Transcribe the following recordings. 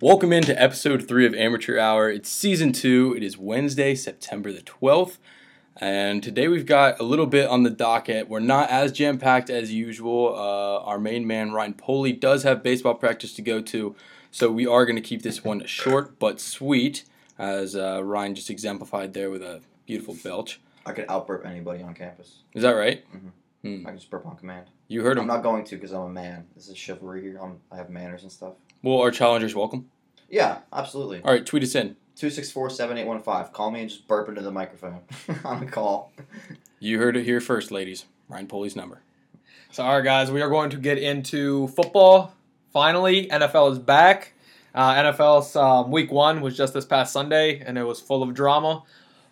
Welcome into episode three of Amateur Hour. It's season two. It is Wednesday, September the 12th. And today we've got a little bit on the docket. We're not as jam packed as usual. Uh, our main man, Ryan Poley, does have baseball practice to go to. So we are going to keep this one short but sweet, as uh, Ryan just exemplified there with a beautiful belch. I could outburp anybody on campus. Is that right? I can just burp on command. You heard I'm him. not going to because I'm a man. This is chivalry here. I'm, I have manners and stuff. Well, our challengers welcome. Yeah, absolutely. All right, tweet us in. 264 7815. Call me and just burp into the microphone on a call. You heard it here first, ladies. Ryan Poley's number. So, all right, guys, we are going to get into football. Finally, NFL is back. Uh, NFL's um, week one was just this past Sunday, and it was full of drama,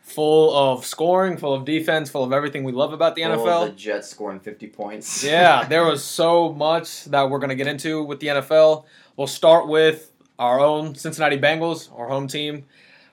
full of scoring, full of defense, full of everything we love about the All NFL. the Jets scoring 50 points. yeah, there was so much that we're going to get into with the NFL. We'll start with our own Cincinnati Bengals, our home team.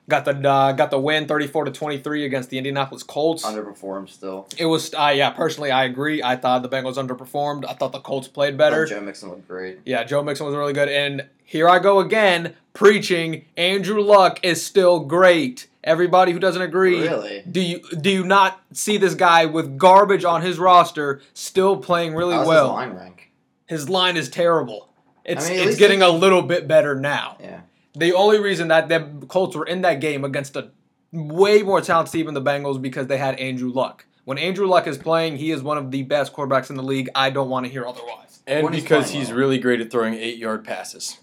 Got the uh, got the win, thirty four to twenty three against the Indianapolis Colts. Underperformed still. It was, uh, yeah, personally, I agree. I thought the Bengals underperformed. I thought the Colts played better. Thought Joe Mixon looked great. Yeah, Joe Mixon was really good. And here I go again, preaching Andrew Luck is still great. Everybody who doesn't agree, Really? do you do you not see this guy with garbage on his roster still playing really How's well? his line rank? His line is terrible. It's mean, at it's least getting he- a little bit better now. Yeah. The only reason that the Colts were in that game against a way more talented team than the Bengals because they had Andrew Luck. When Andrew Luck is playing, he is one of the best quarterbacks in the league. I don't want to hear otherwise. And When he's because playing he's well. really great at throwing eight yard passes.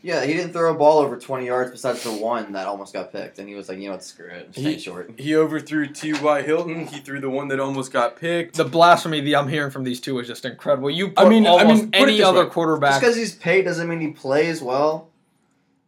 Yeah, he didn't throw a ball over 20 yards besides the one that almost got picked. And he was like, you know what, screw it. Stay He- short. He overthrew T.Y. Hilton. He threw the one that almost got picked. the blasphemy that I'm hearing from these two is just incredible. You I put mean- I almost mean, put it any this other way. Just quarterback. because he's paid doesn't mean he plays well.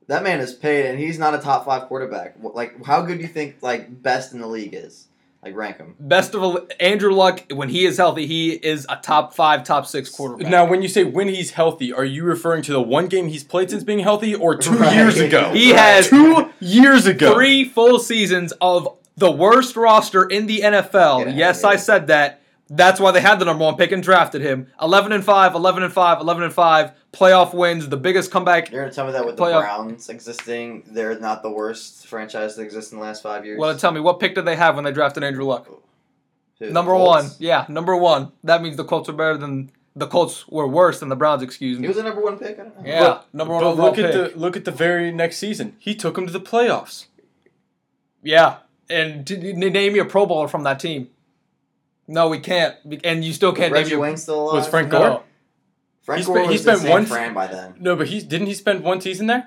That man is paid, and he's not a top five quarterback. Wh- Like, how good do you think like best in the league is? Like, rank him. Best of all, Andrew Luck, when he is healthy, he is a top five, top six quarterback. Now, when you say when he's healthy, are you referring to the one game he's played since being healthy or two Right. years ago? he has two years ago. three full seasons of the worst roster in the Get NFL. outta Yes, here. I said that. That's why they had the number one pick and drafted him. 11 and 5, 11 and 5, 11 and 5, playoff wins, the biggest comeback. You're gonna tell me that with the Playoff- Browns existing, they're not the worst franchise that exists in the last five years. Well, tell me, what pick did they have when they drafted Andrew Luck? Who, the Number one. Colts? Yeah, number one. That means the Colts are better than. The Colts were worse than the Browns, excuse me. He was the number one pick. I don't know. Yeah, number one But overall look at pick. the look at the very next season. He took him to the playoffs. yeah, and t- n- name me a Pro Bowler from that team. No, we can't, Be- and you still can't name Reggie your Wayne still alive. Was Frank No. Gore? Frank He Gore spent- he was spent in San one- Fran by then. No, but he didn't he spend one season there.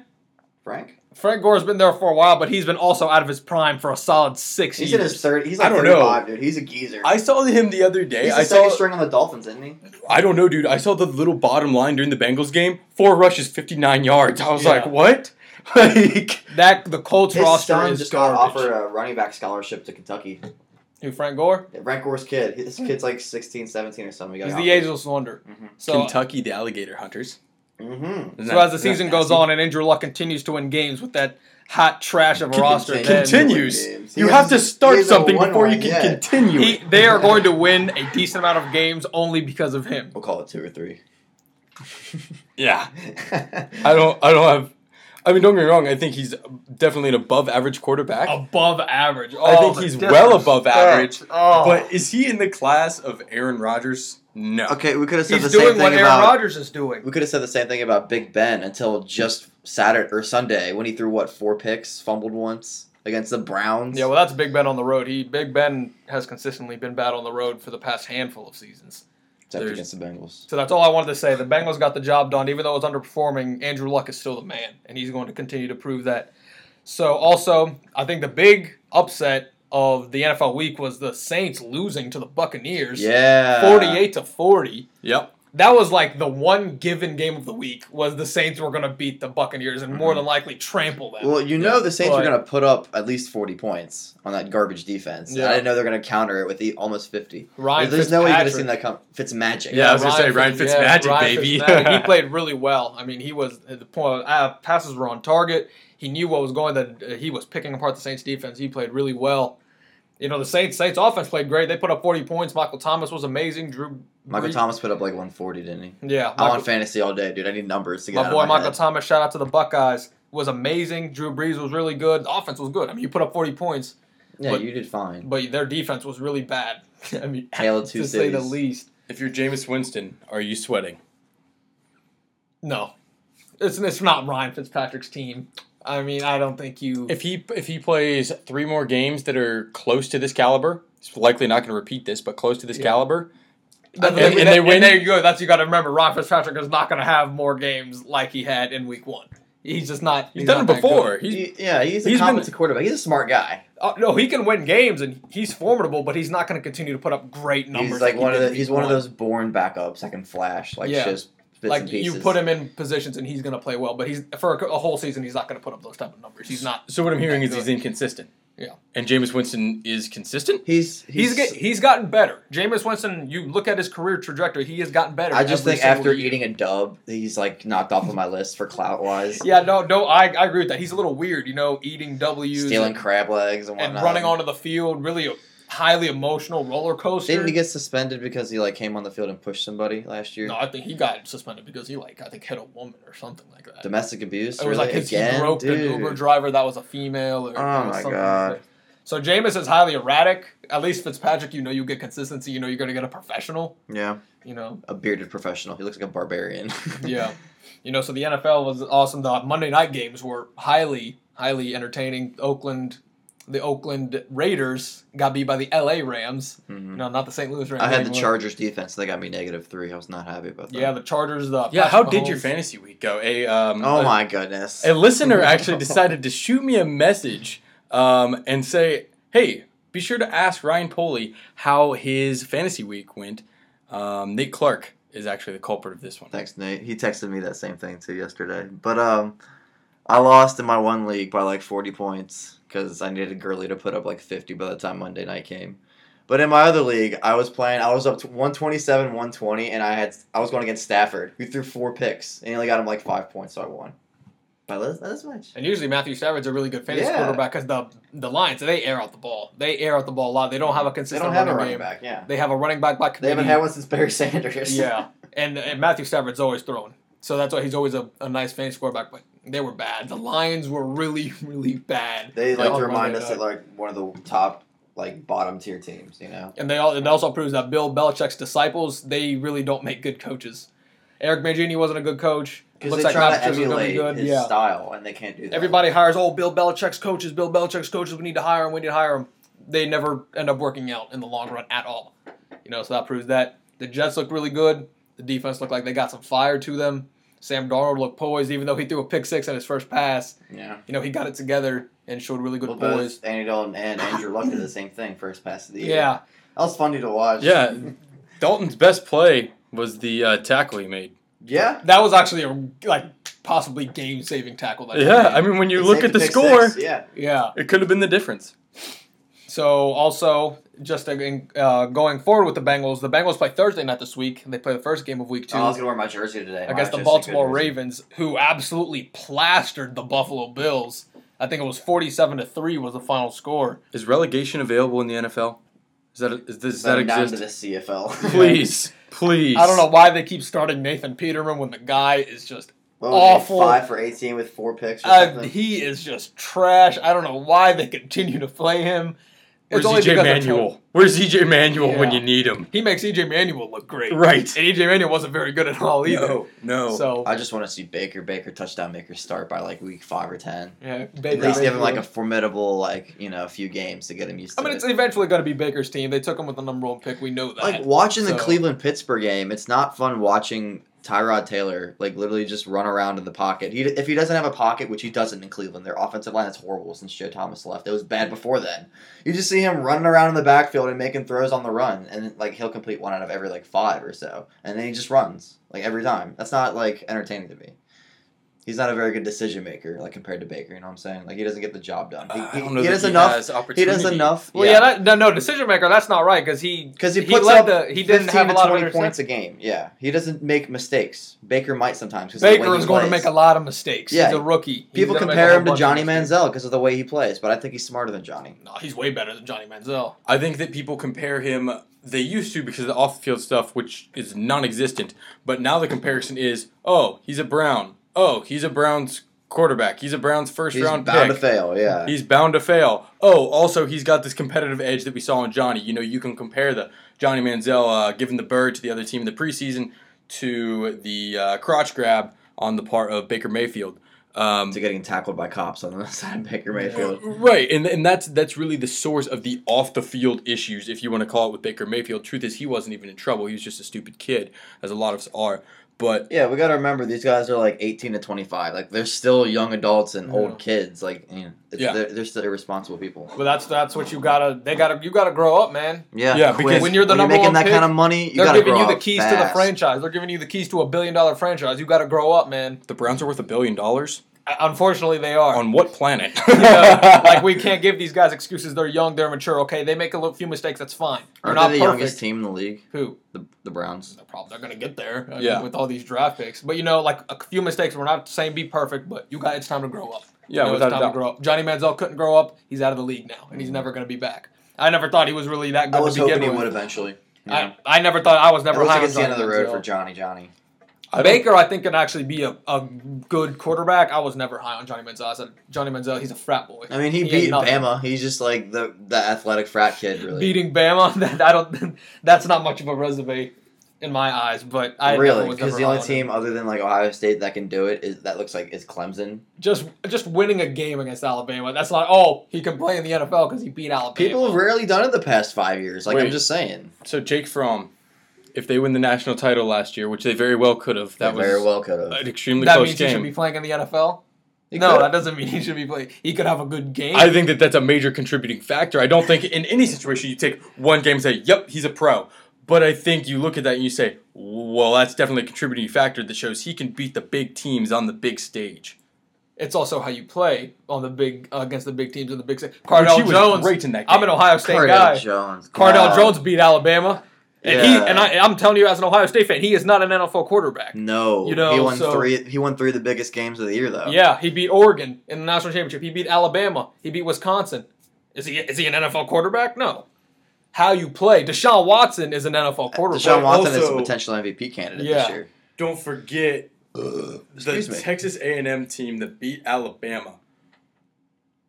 Frank. Frank Gore's been there for a while, but he's been also out of his prime for a solid six He's in years. his thirty. He's like I don't know. thirty-five, dude. He's a geezer. I saw him the other day. he's the I second saw. string on the Dolphins, isn't he? I don't know, dude. I saw the little bottom line during the Bengals game. Four rushes, fifty nine yards. I was Yeah. like, what? Like that the Colts His roster son is just garbage. got offered a running back scholarship to Kentucky. Who Frank Gore? Yeah, Frank Gore's kid. His kid's like 16, 17 or something. He's the ageless wonder. Mm-hmm. Mhm. So, Kentucky, the alligator hunters. Mm-hmm. Isn't so that- as the isn't that season goes nasty? on and Andrew Luck continues to win games with that hot trash of a roster, then- Continue. continues. He You has- have to he start has a something one before you line, can yeah. continue. he, it. they are going to win a decent amount of games only because of him. We'll call it two or three. yeah, I don't. I don't have. I mean, don't get me wrong. I think he's definitely an above average quarterback. above average. I Oh, think the he's difference. well above Uh, average. Oh. But is he in the class of Aaron Rodgers? No. okay, we could have said he's the same doing what thing Aaron about. Rodgers is doing. We could have said the same thing about Big Ben until just Saturday or Sunday when he threw what four picks, fumbled once against the Browns. Yeah, well, that's Big Ben on the road. He Big Ben has consistently been bad on the road for the past handful of seasons. except there's- against the Bengals. So that's all I wanted to say. The Bengals got the job done, even though it was underperforming. Andrew Luck is still the man, and he's going to continue to prove that. So also, I think the big upset of the NFL week was the Saints losing to the Buccaneers, Yeah, forty-eight to forty. Yep. that was like the one given game of the week was the Saints were going to beat the Buccaneers and more than likely trample them. Mm-hmm. Well, you know the Saints were But- going to put up at least forty points on that garbage defense. and Yeah. I didn't know they're going to counter it with the almost fifty. Ryan There's no way you could have Fitzpatrick. seen that come. Fitz magic. Yeah, I was gonna say, Ryan Fitz- Fitzmagic, Ryan baby. Fitzmagic. he played really well. I mean, he was at the point uh, passes were on target. He knew what was going. That uh, he was picking apart the Saints defense. He played really well. You know, the Saints Saints offense played great. They put up forty points. Michael Thomas was amazing. Drew Michael Brees- Thomas put up like 140, didn't he? Yeah, I'm on Michael, fantasy all day, dude. I need numbers to get my out boy of my Michael head. Thomas. Shout out to the Buckeyes. was amazing. Drew Brees was really good. The offense was good. I mean, you put up 40 points, Yeah, But- you did fine. but their defense was really bad. I mean, Hail to two say the cities. least. If you're Jameis Winston, are you sweating? No, it's it's not Ryan Fitzpatrick's team. I mean, I don't think you. If he if he plays three more games that are close to this caliber, he's likely not going to repeat this, but close to this Yeah. caliber. That's- and- and that- they win? there you go. That's you got to remember. Ryan Fitzpatrick is not going to have more games like he had in Week One. He's just not. He's, done it not that before. He's, He- yeah, he's a he's been- competent quarterback. He's a smart guy. good. Uh, no, he can win games and he's formidable, but he's not going to continue to put up great numbers. He's like he one of did the, in he's Week one of One. those born backups that can flash like Yeah. just bits and Like pieces. you put him in positions and he's going to play well, but he's for a, a whole season he's not going to put up those type of numbers. He's not. so what I'm hearing is he's inconsistent. Yeah. And Jameis Winston is consistent. He's he's. He's get, he's gotten better. Jameis Winston, you look at his career trajectory, he has gotten better. I just every think single after year. eating a dub, he's like knocked off of my list for clout wise. Yeah, no, no, I, I agree with that. He's a little weird, you know, eating W's stealing and, crab legs and and whatnot. running onto the field, really a highly emotional roller coaster. Didn't he get suspended because he like came on the field and pushed somebody last year? no, I think he got suspended because he like I think hit a woman or something like that. Domestic abuse. it was really? like his, Again? he groped Dude. an Uber driver that was a female. Or, Oh or my something God. Like that. So Jameis is highly erratic. At least Fitzpatrick, you know, you get consistency. You know, you're gonna get a professional. Yeah, You know, a bearded professional. He looks like a barbarian. yeah. You know, so the NFL was awesome. The Monday night games were highly, highly entertaining. Oakland, the Oakland Raiders got beat by the LA Rams. Mm-hmm. Mhm. No, not the St. Louis Rams. I had the anymore. Chargers defense. They got me negative three. I was not happy about that. Yeah, the Chargers. The Yeah. How did Mahomes. your fantasy week go? A um, Oh a- my goodness. A listener actually decided to shoot me a message um, and say, "Hey, be sure to ask Ryan Poley how his fantasy week went." Um, Nate Clark is actually the culprit of this one. Thanks, Nate. He texted me that same thing too yesterday. But um, I lost in my one league by like 40 points because I needed Gurley to put up like 50 by the time Monday night came. But in my other league, I was playing. I was up to 127, 120, and I had I was going against Stafford, who threw four picks, and he only got him like five points, so I won. By less, not as much. And usually Matthew Stafford's a really good fantasy Yeah. quarterback because the the Lions they air out the ball. They air out the ball a lot. They don't have a They consistent don't have a running running, game. back. Yeah, They have a running back by committee. they haven't had one since Barry Sanders. yeah, and, and Matthew Stafford's always thrown, so that's why he's always a, a nice fantasy quarterback. But they were bad. The Lions were really, really bad. they like all to run remind it us that up. like one of the top like bottom tier teams. You know. and they all it also proves that Bill Belichick's disciples they really don't make good coaches. Eric Mangini wasn't a good coach. Because Looks they like try Matt to Patricia's gonna be emulate good. his Yeah. style, and they can't do that. Everybody hires, oh, Bill Belichick's coaches, Bill Belichick's coaches, we need to hire him, we need to hire him. They never end up working out in the long run at all. You know, so that proves that. The Jets look really good. The defense looked like they got some fire to them. Sam Darnold looked poised, even though he threw a pick six on his first pass. Yeah. You know, he got it together and showed really good Well, poise. both Andy Dalton and Andrew Luck did the same thing first pass of the year. Yeah. That was funny to watch. Yeah. Dalton's best play was the uh, tackle he made. Yeah. That was actually a like possibly game saving tackle that he Yeah, I made. mean, when you He look saved at the pick score, six, Yeah. yeah. it could have been the difference. So also just uh, going forward with the Bengals, the Bengals play Thursday night this week. and They play the first game of week two. Oh, I was going to wear my jersey today. I My guess the jersey Baltimore good jersey. Ravens, who absolutely plastered the Buffalo Bills. I think it was forty-seven to three was the final score. Is relegation available in the NFL? Is that is, does that But down exist? to the CFL. Please, please. I don't know why they keep starting Nathan Peterman when the guy is just What was he, Awful. Five for 18 with four picks or uh, something. he is just trash. I don't know why they continue to play him. Where's only EJ because they're Manuel? Where's EJ Manuel when Yeah. you need him? He makes EJ Manuel look great, Right. And EJ Manuel wasn't very good at all either. no. So I just want to see Baker, Baker touchdown maker start by like week five or ten. yeah, At Baker least give him Mayfield. like a formidable like you know a few games to get him used to. I mean, it. it's eventually going to be Baker's team. They took him with the number one pick. We know that. like watching the So- Cleveland Pittsburgh game, it's not fun watching Tyrod Taylor like literally just run around in the pocket. He if he doesn't have a pocket, which he doesn't in Cleveland, their offensive line is horrible since Joe Thomas left. It was bad before then. You just see him running around in the backfield and making throws on the run, and like he'll complete one out of every like five or so, and then he just runs like every time. That's not like entertaining to me. He's not a very good decision maker, like compared to Baker. You know what I'm saying? Like he doesn't get the job done. He, Uh, he, I don't know he that does he enough. has He does opportunity. enough. Well, yeah, that, no, no, decision maker. That's not right because he because he He puts led up the- he didn't 15 have a to lot of 20 points a game. Yeah, he doesn't make mistakes. Baker might sometimes. 'cause of the Baker way he is going to plays. make a lot of mistakes. Yeah. He's a rookie. He's People gonna make a compare whole him to bunch of Johnny mistakes. Manziel because of the way he plays, but I think he's smarter than Johnny. No, he's way better than Johnny Manziel. I think that people compare him. They used to because of the off-field stuff, which is non-existent. But now the comparison is, oh, he's a Brown. Oh, he's a Browns quarterback. He's a Browns first He's round bound pick. to fail. Yeah. He's bound to fail. Oh, also he's got this competitive edge that we saw in Johnny. You know, you can compare the Johnny Manziel uh, giving the bird to the other team in the preseason to the uh, crotch grab on the part of Baker Mayfield. Um, to getting tackled by cops on the side of Baker Mayfield. right, and and that's that's really the source of the off the field issues, if you want to call it, with Baker Mayfield. Truth is, he wasn't even in trouble. He was just a stupid kid, as a lot of us are. But Yeah, we got to remember these guys are like 18 to 25. Like they're still young adults and Yeah. old kids. Like you know, it's, Yeah. they're, they're still irresponsible people. But that's that's what you gotta. They gotta. You gotta grow up, man. Yeah, Yeah, because- quit. When you're the number making one that pick, kind of money, you They're got to giving grow you the up keys to the fast. franchise. They're giving you the keys to a billion dollar franchise. You gotta grow up, man. the Browns are worth a billion dollars. Uh, Unfortunately, they are. On what planet? You know, like we can't give these guys excuses. They're young. They're mature. Okay, they make a little, few mistakes. That's fine. They're Aren't not they the perfect. youngest team in the league? Who? The, the Browns. They're probably they're gonna get there. uh, Yeah. With all these draft picks, but you know, like a few mistakes. We're not saying be perfect, but you got. It's time to grow up. Yeah, you know, without it's a time doubt. to grow up. Johnny Manziel couldn't grow up. He's out of the league now, and he's never gonna be back. I never thought he was really that good Mm-hmm. I was to begin hoping he with. would eventually. Yeah. I, I never thought I was It never looks high like on it's the end of Johnny the road Manziel. for Johnny. Johnny. I don't- Baker, I think, can actually be a, a good quarterback. I was never high on Johnny Manziel. I said Johnny Manziel, he's a frat boy. I mean, he, He ain't beat nothing. Bama. He's just like the the athletic frat kid, really. Beating Bama, that I don't. That's not much of a resume in my eyes. But I never really, was because never the high only on him. team other than like Ohio State that can do it is that looks like is Clemson. just just winning a game against Alabama. That's not. Oh, he can play in the NFL because he beat Alabama. People have rarely done it the past five years. Like I'm Wait. just saying, So Jake Fromm, if they win the national title last year, which they very well could have, that that was very well could have. an extremely that close means he should game. be playing in the NFL. He no, could've. that doesn't mean he should be playing. He could have a good game. I think that that's a major contributing factor. I don't think in any situation you take one game and say, "Yep, he's a pro," but I think you look at that and you say, "Well, that's definitely a contributing factor that shows he can beat the big teams on the big stage." it's also how you play on the big uh, against the big teams in the big. Six. Cardell he was Jones, great in that I'm an game. Ohio State Cardell guy. Jones. Cardell Wow. Jones beat Alabama, and he Yeah. and I, I'm telling you as an Ohio State fan, he is not an NFL quarterback. No, You know, he won so- three. He won three of the biggest games of the year, though. Yeah, he beat Oregon in the national championship. He beat Alabama. He beat Wisconsin. Is he is he an NFL quarterback? No. How you play? Deshaun Watson is an NFL quarterback. Uh, Deshaun Watson is a also- potential MVP candidate Yeah. this year. Don't forget Uh, Excuse me. Texas A&M team that beat Alabama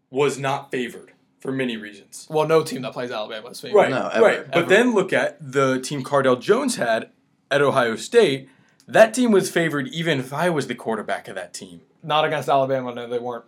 was not favored for many reasons. Well, no team that plays Alabama is famous. Right. No, ever. right. But Ever. then look at the team Cardell Jones had at Ohio State. That team was favored even if I was the quarterback of that team. Not against Alabama. No, they weren't.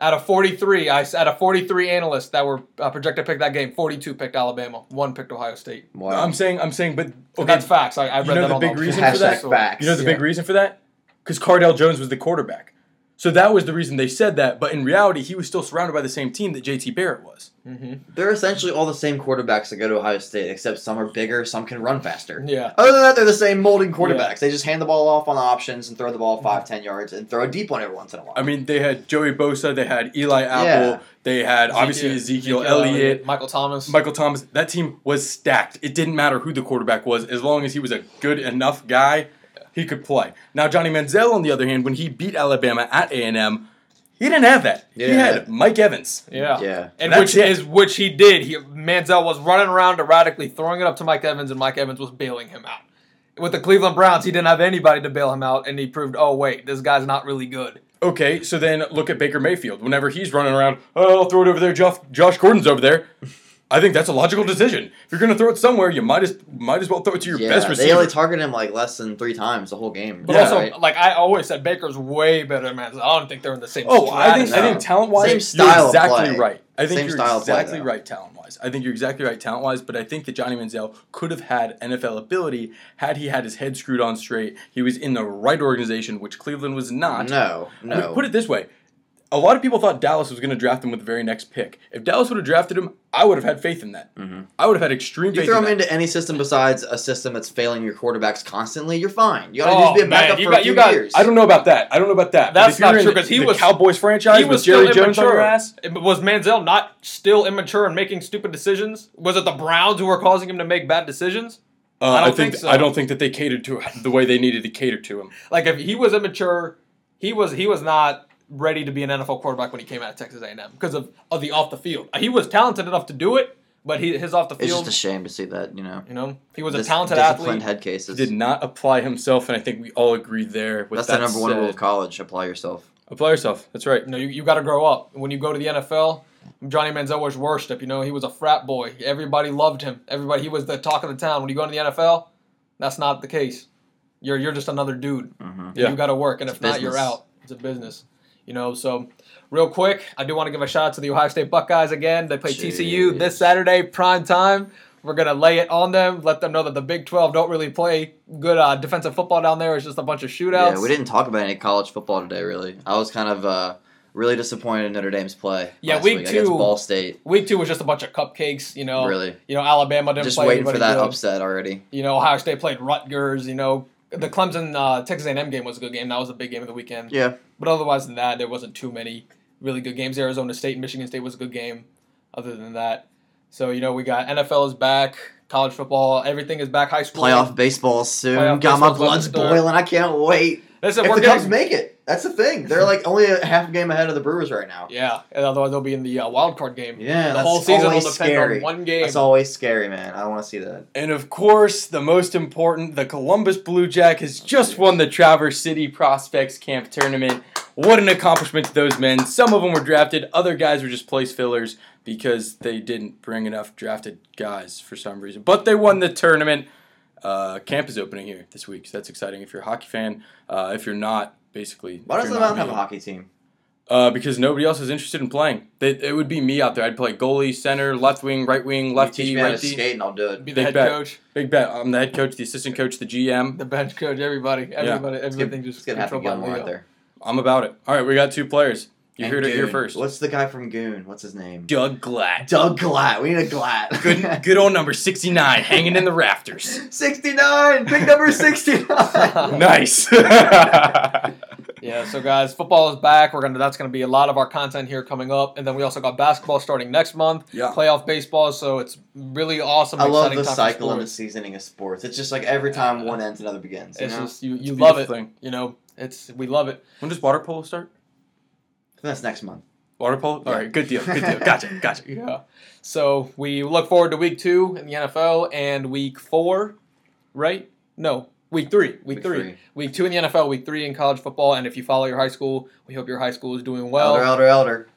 Out of 43, I out of 43 analysts that were uh, projected to pick that game, 42 picked Alabama, one picked Ohio State. Wow. I'm saying I'm saying but okay, That's facts. I, I read know that the on big the reason for that? Hashtag facts. you know the big yeah. reason for that? Cuz Cardell Jones was the quarterback. So that was the reason they said that, but in reality he was still surrounded by the same team that JT Barrett was. Mm-hmm. They're essentially all the same quarterbacks that go to Ohio State, except some are bigger, some can run faster. Yeah. Other than that, they're the same molding quarterbacks. Yeah. They just hand the ball off on options and throw the ball five, ten yards and throw a deep one every once in a while. I mean, they had Joey Bosa, they had Eli Apple, Yeah. they had obviously Ezekiel, Elliott, Michael Thomas. Michael Thomas, that team was stacked. It didn't matter who the quarterback was, as long as he was a good enough guy, he could play. Now Johnny Manziel, on the other hand, when he beat Alabama at A and M, he didn't have that. He Yeah. had Mike Evans. yeah. yeah. And That's which it. is which he did. He Manziel was running around erratically, throwing it up to Mike Evans, and Mike Evans was bailing him out. With the Cleveland Browns, he didn't have anybody to bail him out, and he proved, oh wait, this guy's not really good. Okay, so then look at Baker Mayfield. Whenever he's running around, oh, I'll throw it over there. Josh, Josh Gordon's over there. I think that's a logical decision. If you're going to throw it somewhere, you might as might as well throw it to your Yeah, best receiver. they only targeted him like less than three times the whole game. But Yeah. also, right? like I always said, Baker's way better than Manziel. I don't think they're in the same. Oh, I think I stratosphere. think talent wise, Same you're style of exactly play. right. I think Same you're style of play, exactly though. right talent wise. I think you're exactly right talent wise, but I think that Johnny Manziel could have had NFL ability had he had his head screwed on straight. He was in the right organization, which Cleveland was not. no, I mean, no. Put it this way. A lot of people thought Dallas was going to draft him with the very next pick. If Dallas would have drafted him, I would have had faith in that. I would have had extreme you faith throw in him that. into any system besides a system that's failing your quarterbacks constantly, you're fine. You gotta Oh, just be a backup man, you for got- a you few got- years. I don't know about that. I don't know about that. But That's if you're not in true, the- 'cause he the was- Cowboys franchise he with was Jerry still Jones on immature. your ass. Was Manziel not still immature and making stupid decisions? Was it the Browns who were causing him to make bad decisions? Uh, I I, don't think, think so. I don't think that they catered to him the way they needed to cater to him. Like if he was immature, he was he was not ready to be an NFL quarterback when he came out of Texas A&M because of, of the off the field. He was talented enough to do it, but he, his off the It's field, just a shame to see that you know. you know, he was Dis- a talented disciplined athlete. head cases. did not apply himself, and I think we all agree there. With That's that the number one said. rule of college. Apply yourself. Apply yourself. That's right. You know, you, you got to grow up. When you go to the NFL, Johnny Manziel was worshipped. You know, he was a frat boy. Everybody loved him. Everybody, he was the talk of the town. When you go into the NFL, that's not the case. You're you're just another dude. Yeah. You got to work, and It's if not, you're business. out. It's a business. You know, so real quick, I do want to give a shout out to the Ohio State Buckeyes again. They play TCU Jeez. this Saturday, prime time. We're gonna lay it on them. Let them know that the Big Twelve don't really play good uh, defensive football down there. It's just a bunch of shootouts. Yeah, we didn't talk about any college football today. Really, I was kind of uh, really disappointed in Notre Dame's play. Yeah, last week against two- Ball State. Week two was just a bunch of cupcakes. You know, Really, You know, Alabama didn't just play waiting anybody for that good. upset already. You know, Ohio State played Rutgers. You know, the Clemson uh, Texas A&M game was a good game. That was a big game of the weekend. Yeah, But otherwise than that, there wasn't too many really good games. Arizona State and Michigan State was a good game. Other than that, so you know, we got NFL is back, college football, everything is back. High school playoff baseball soon. Playoff Got my baseball's about blood's to start. boiling. I can't wait. Listen, if we're the Cubs getting, make it, that's the thing. They're like only a half game ahead of the Brewers right now. yeah, and otherwise they'll be in the uh, wild card game. Yeah, the that's whole season will always depend scary. on one game. That's always scary, man. I want to see that. And of course, the most important, the Columbus Blue Jack has just won the Traverse City Prospects Camp tournament. What an accomplishment to those men. Some of them were drafted, other guys were just place fillers because they didn't bring enough drafted guys for some reason. But they won the tournament. Uh, camp is opening here this week, so that's exciting if you're a hockey fan. Uh, if you're not, basically. if Why does you're the not mountain have me- a hockey team? uh, because nobody else is interested in playing. They, it would be me out there. I'd play goalie, center, left wing, right wing, You left teach tee, me how to right tee. skate, and I'll do it. be the Big head bet. coach, Big bet. I'm the head coach, the assistant coach, the GM. the bench coach, everybody, everybody, Let's everything get, just let's get Happy controlled by Gilmore out Leo. there. I'm about it. All right, we got two players. You And heard it here Goon. first. What's the guy from Goon? What's his name? Doug Glatt. Doug Glatt. We need a Glatt. Good, good old number 69, hanging in the rafters. 69. Big number 69. Nice. Yeah, so guys, football is back. We're gonna that's gonna be a lot of our content here coming up, and then we also got basketball starting next month. Yeah. playoff baseball. So it's really awesome. I love exciting the time for cycle and the sports. seasoning of sports. It's just like every time one ends, another begins. You It's know? just you, you It's a love it. beautiful thing. You know, it's we love it. when does water polo start? That's next month. Water polo? All right, good deal. Good deal. Gotcha. Gotcha. Yeah. So we look forward to week two in the NFL and week four, right? No, week three. Week, Week three. three. Week two in the NFL. Week three in college football. And if you follow your high school, we hope your high school is doing well. elder, elder, elder.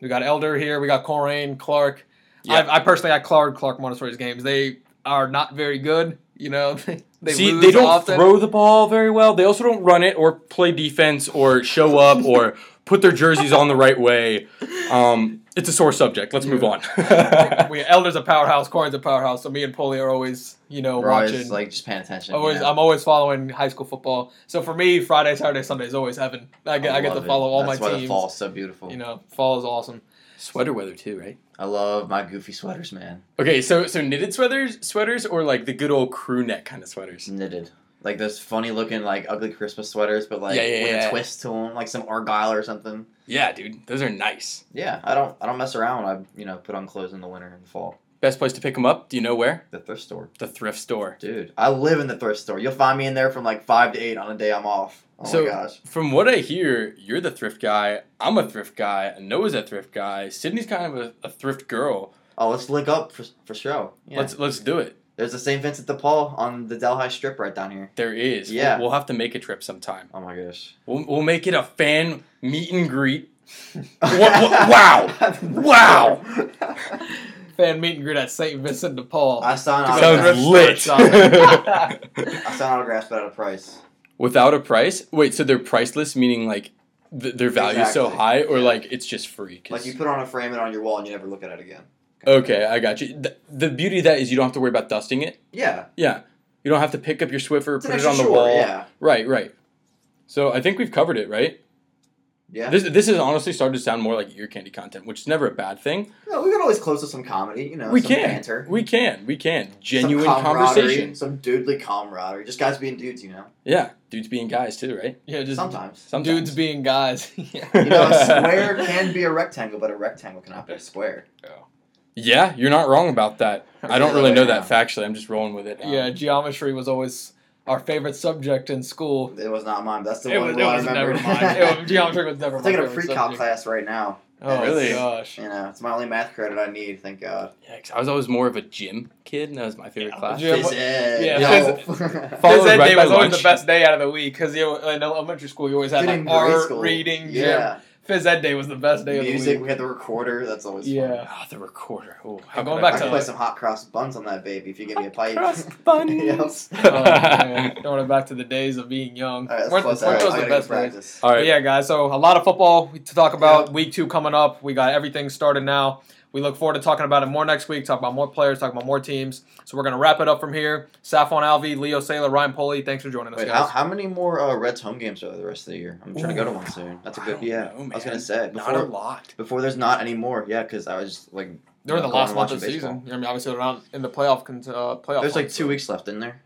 We got Elder here. We got Corain, Clark. Yeah. I, I personally, I Clark Clark Montessori's games. They are not very good. You know, they, See, lose they don't often. throw the ball very well. They also don't run it or play defense or show up or put their jerseys on the right way. Um, it's a sore subject. Let's move on. we Elder's a powerhouse. Corain's a powerhouse. So me and Polly are always, you know, We're watching. always like just paying attention. you always, know? I'm always following high school football. So for me, Friday, Saturday, Sunday is always heaven. I get, I, get love to it. follow all That's my why teams. the fall's so beautiful. You know, fall is awesome. Sweater weather too, right? I love my goofy sweaters, man. Okay, so so knitted sweaters, sweaters, or like the good old crew neck kind of sweaters. Knitted. Like those funny looking, like ugly Christmas sweaters, but like Yeah, yeah, with yeah. a twist to them, like some argyle or something. Yeah, dude, those are nice. Yeah, I don't, I don't mess around when I, you know, put on clothes in the winter and the fall. Best place to pick them up? Do you know where? The thrift store, The thrift store. dude. I live in the thrift store. You'll find me in there from like five to eight on a day I'm off. Oh So- my gosh. From what I hear, you're the thrift guy. I'm a thrift guy. Noah's a thrift guy. Sydney's kind of a, a thrift girl. Oh, let's link up for for show. Yeah. Let's let's do it. There's the St. Vincent de Paul on the Delhi Strip right down here. There is. Yeah. We'll, we'll have to make a trip sometime. Oh my gosh. We'll, we'll make it a fan meet and greet. wha- wow. Wow. Fan meet and greet at St. Vincent de Paul. I sign To go to Sounds autographs. lit. I sign autographs, but at a price. Without a price? Wait, so they're priceless, meaning like th- their value is so Exactly. high, or Yeah. like it's just free? 'cause- Like you put on a frame it on your wall and you never look at it again. Okay, I got you. The, the beauty of that is you don't have to worry about dusting it. Yeah. Yeah. You don't have to pick up your Swiffer, It's an put it extra on the chore, wall. Yeah. Right, right. So I think we've covered it, right? Yeah. This this has honestly started to sound more like ear candy content, which is never a bad thing. no, we can always close with some comedy, you know, we some can. banter. We can. We can. some Genuine camaraderie, conversation. Some dudely camaraderie. Just guys being dudes, you know? Yeah. Dudes being guys too, right? yeah, just Sometimes. Sometimes. dudes being guys. yeah. You know, a square can be a rectangle, but a rectangle cannot be a square. Yeah, you're not wrong about that. I don't Yeah, really know yeah. that factually. I'm just rolling with it. Um, yeah, geometry was always our favorite subject in school. It was not mine. That's the it one was, it rule I was never remember. mine. It was, geometry was never I'm my taking a favorite pre-calc subject. class right now. Oh Really? gosh. You know, it's my only math credit I need. Thank God. Yeah, 'cause I was always more of a gym kid, and that was my favorite Yeah, class. gym- Phys ed. yeah, Yo. Follow- Followed Phys ed right day by was always lunch. the best day out of the week because you in elementary school you always had Dude, in like grade art, school. reading, gym. yeah, Phys ed day was the best day music. of We had the recorder. That's always the week. fun. Yeah. Ah, the recorder. Oh, I'm going could I I back can to- forget? play some hot cross buns on that baby if you give me a pipe. Crust buns. Yes. oh, man. Going back to the days of being young. All right, weren't let's weren't close those that. I the gotta go best days? Oh, practice. All But right. yeah, guys. So a lot of football to talk about. Week two coming up. We got everything started now. We look forward to talking about it more next week. Talk about more players. Talk about more teams. So we're gonna wrap it up from here. Safon Alvey, Leo Saylor, Ryan Pulley. Thanks for joining us, Wait, guys. how, how many more uh, Reds home games are there the rest of the year? I'm trying to go to one soon. That's a I good. don't Yeah, know, I was man. gonna say Not a before lot. before there's not any more. Yeah, because I was just, like During the going last and month watching of the season, baseball. I mean, obviously they're not in the playoff. con- Uh, playoff. There's like hunt, so- two weeks left, isn't there?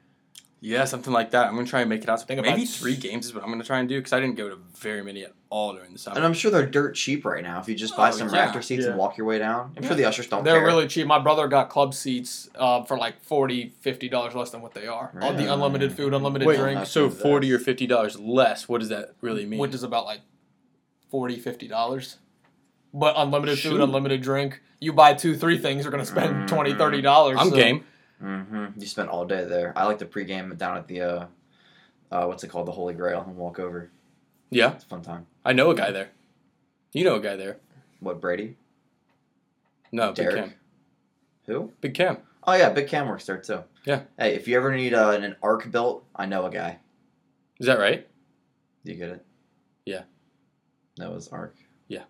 Yeah, something like that. I'm gonna try and make it out. to Think about Maybe s- three games is what I'm gonna try and do because I didn't go to very many at all during the summer. And I'm sure they're dirt cheap right now. If you just buy Oh, some yeah, Raptor seats yeah. and walk your way down, I'm Yeah. sure the ushers don't They're care. really cheap. My brother got club seats uh, for like 40 dollars less than what they are. All the Really? unlimited food, unlimited Wait, drink, Not so good, forty or this. fifty dollars less? What does that really mean? which is about like 40 dollars. But unlimited food, Shoot. unlimited drink. You buy two, three things, you're gonna spend twenty, thirty Mm. dollars. I'm game. Mm-hmm. You spent all day there. I like the pregame down at the uh, uh, what's it called, the Holy Grail, and walk over. Yeah, It's a fun time. I know a guy there. You know a guy there. What Brady? No, Derek. Big Cam. Who? Big Cam. Oh yeah, Big Cam works there too. Yeah. Hey, if you ever need uh, an arc built, I know a guy. Is that right? Do you get it? Yeah. That was arc. Yeah.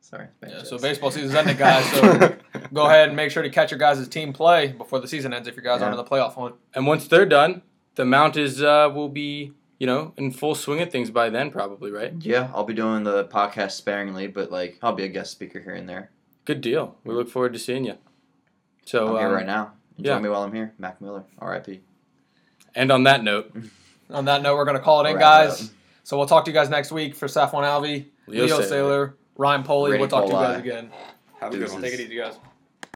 Sorry. bad Yeah, so jokes. baseball season's ended, guys. So go ahead and make sure to catch your guys' team play before the season ends if your guys Yeah. aren't in the playoff hunt. And once they're done, the mount is uh, will be you know in full swing of things by then probably right. yeah, I'll be doing the podcast sparingly, but like I'll be a guest speaker here and there. Good deal. We look forward to seeing you. So I'm here um, right now. Enjoy yeah. me while I'm here. Mac Miller, R.I.P. And on that note, On that note, we're gonna call it in, Wrap it up. guys. So we'll talk to you guys next week for Safwan Alvey, Leo Leo, Saylor, Ryan Poley. Randy We'll talk to you Polai. guys again. have a good one. Take it easy, guys.